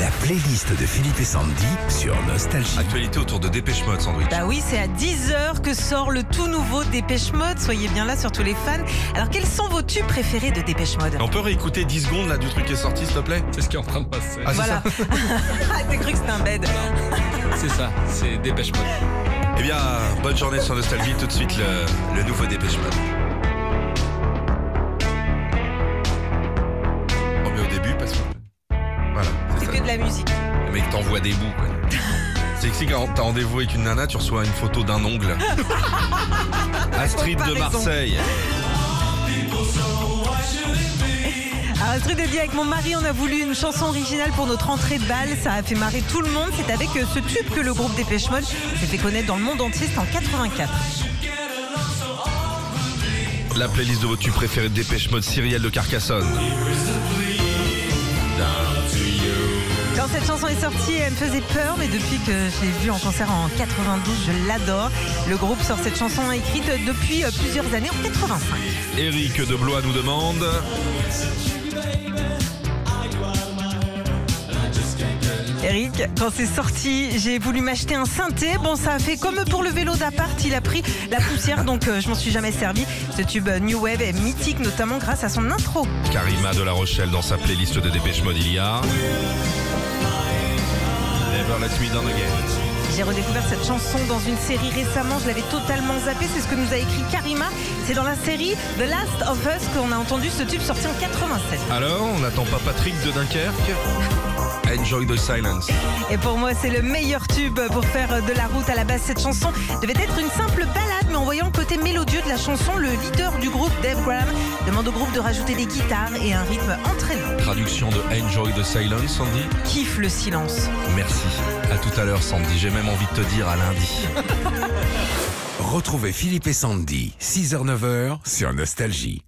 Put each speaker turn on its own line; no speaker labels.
La playlist de Philippe et Sandy sur Nostalgie.
Actualité autour de Dépêche Mode, Sandwich.
Bah oui, c'est à 10h que sort le tout nouveau Dépêche Mode. Soyez bien là sur tous les fans. Alors, quels sont vos tubes préférés de Dépêche Mode
On peut réécouter 10 secondes là du truc qui est sorti, s'il te plaît
C'est ce qui est en train de passer.
Ah, c'est
Voilà. Ah, T'as cru que c'était un bed.
C'est ça, c'est dépêche moi
ça Eh bien, bonne journée sur Nostalgie. Tout de suite, le, le nouveau Dépêche Mode. On met au début, parce que... Voilà, c'est
C'est
ça.
que de la musique.
Le mec t'envoie des bouts, quoi. C'est que si quand t'as rendez-vous avec une nana, tu reçois une photo d'un ongle. Astrid de
Comparaison.
Marseille.
Alors, ce Ah, truc de dire avec mon mari, on a voulu une chanson originale pour notre entrée de balle. Ça a fait marrer tout le monde. C'est avec euh, ce tube que le groupe Dépêche Mode s'est fait connaître dans le monde entier. C'était en 84.
La playlist de vos tubes préférés de Dépêche Mode, Cyrielle de Carcassonne.
Quand cette chanson est sortie, elle me faisait peur, mais depuis que j'ai vu en concert en 92, je l'adore. Le groupe sort cette chanson écrite depuis euh, plusieurs années, en 85.
Eric de Blois nous demande.
Eric, quand c'est sorti, j'ai voulu m'acheter un synthé. Bon, ça a fait comme pour le vélo d'appart, il a pris la poussière, donc euh, je m'en suis jamais servi. Ce tube euh, New Wave est mythique, notamment grâce à son intro.
Karima de La Rochelle dans sa playlist de Dépêche Mode il y a. Never let me down again.
J'ai redécouvert cette chanson dans une série récemment, je l'avais totalement zappée, c'est ce que nous a écrit Karima. C'est dans la série The Last of Us qu'on a entendu ce tube sorti en 87.
Alors, on n'attend pas Patrick de Dunkerque Enjoy the silence.
Et pour moi, c'est le meilleur tube pour faire de la route à la base. Cette chanson devait être une simple balade, mais en voyant le côté mélodieux de la chanson, le leader du groupe, Dave Graham, demande au groupe de rajouter des guitares et un rythme entraînant.
Traduction de Enjoy the silence, Sandy.
Kiffe le silence.
Merci. À tout à l'heure, Sandy. J'ai même envie de te dire à lundi.
Retrouvez Philippe et Sandy, 6h-9h sur Nostalgie.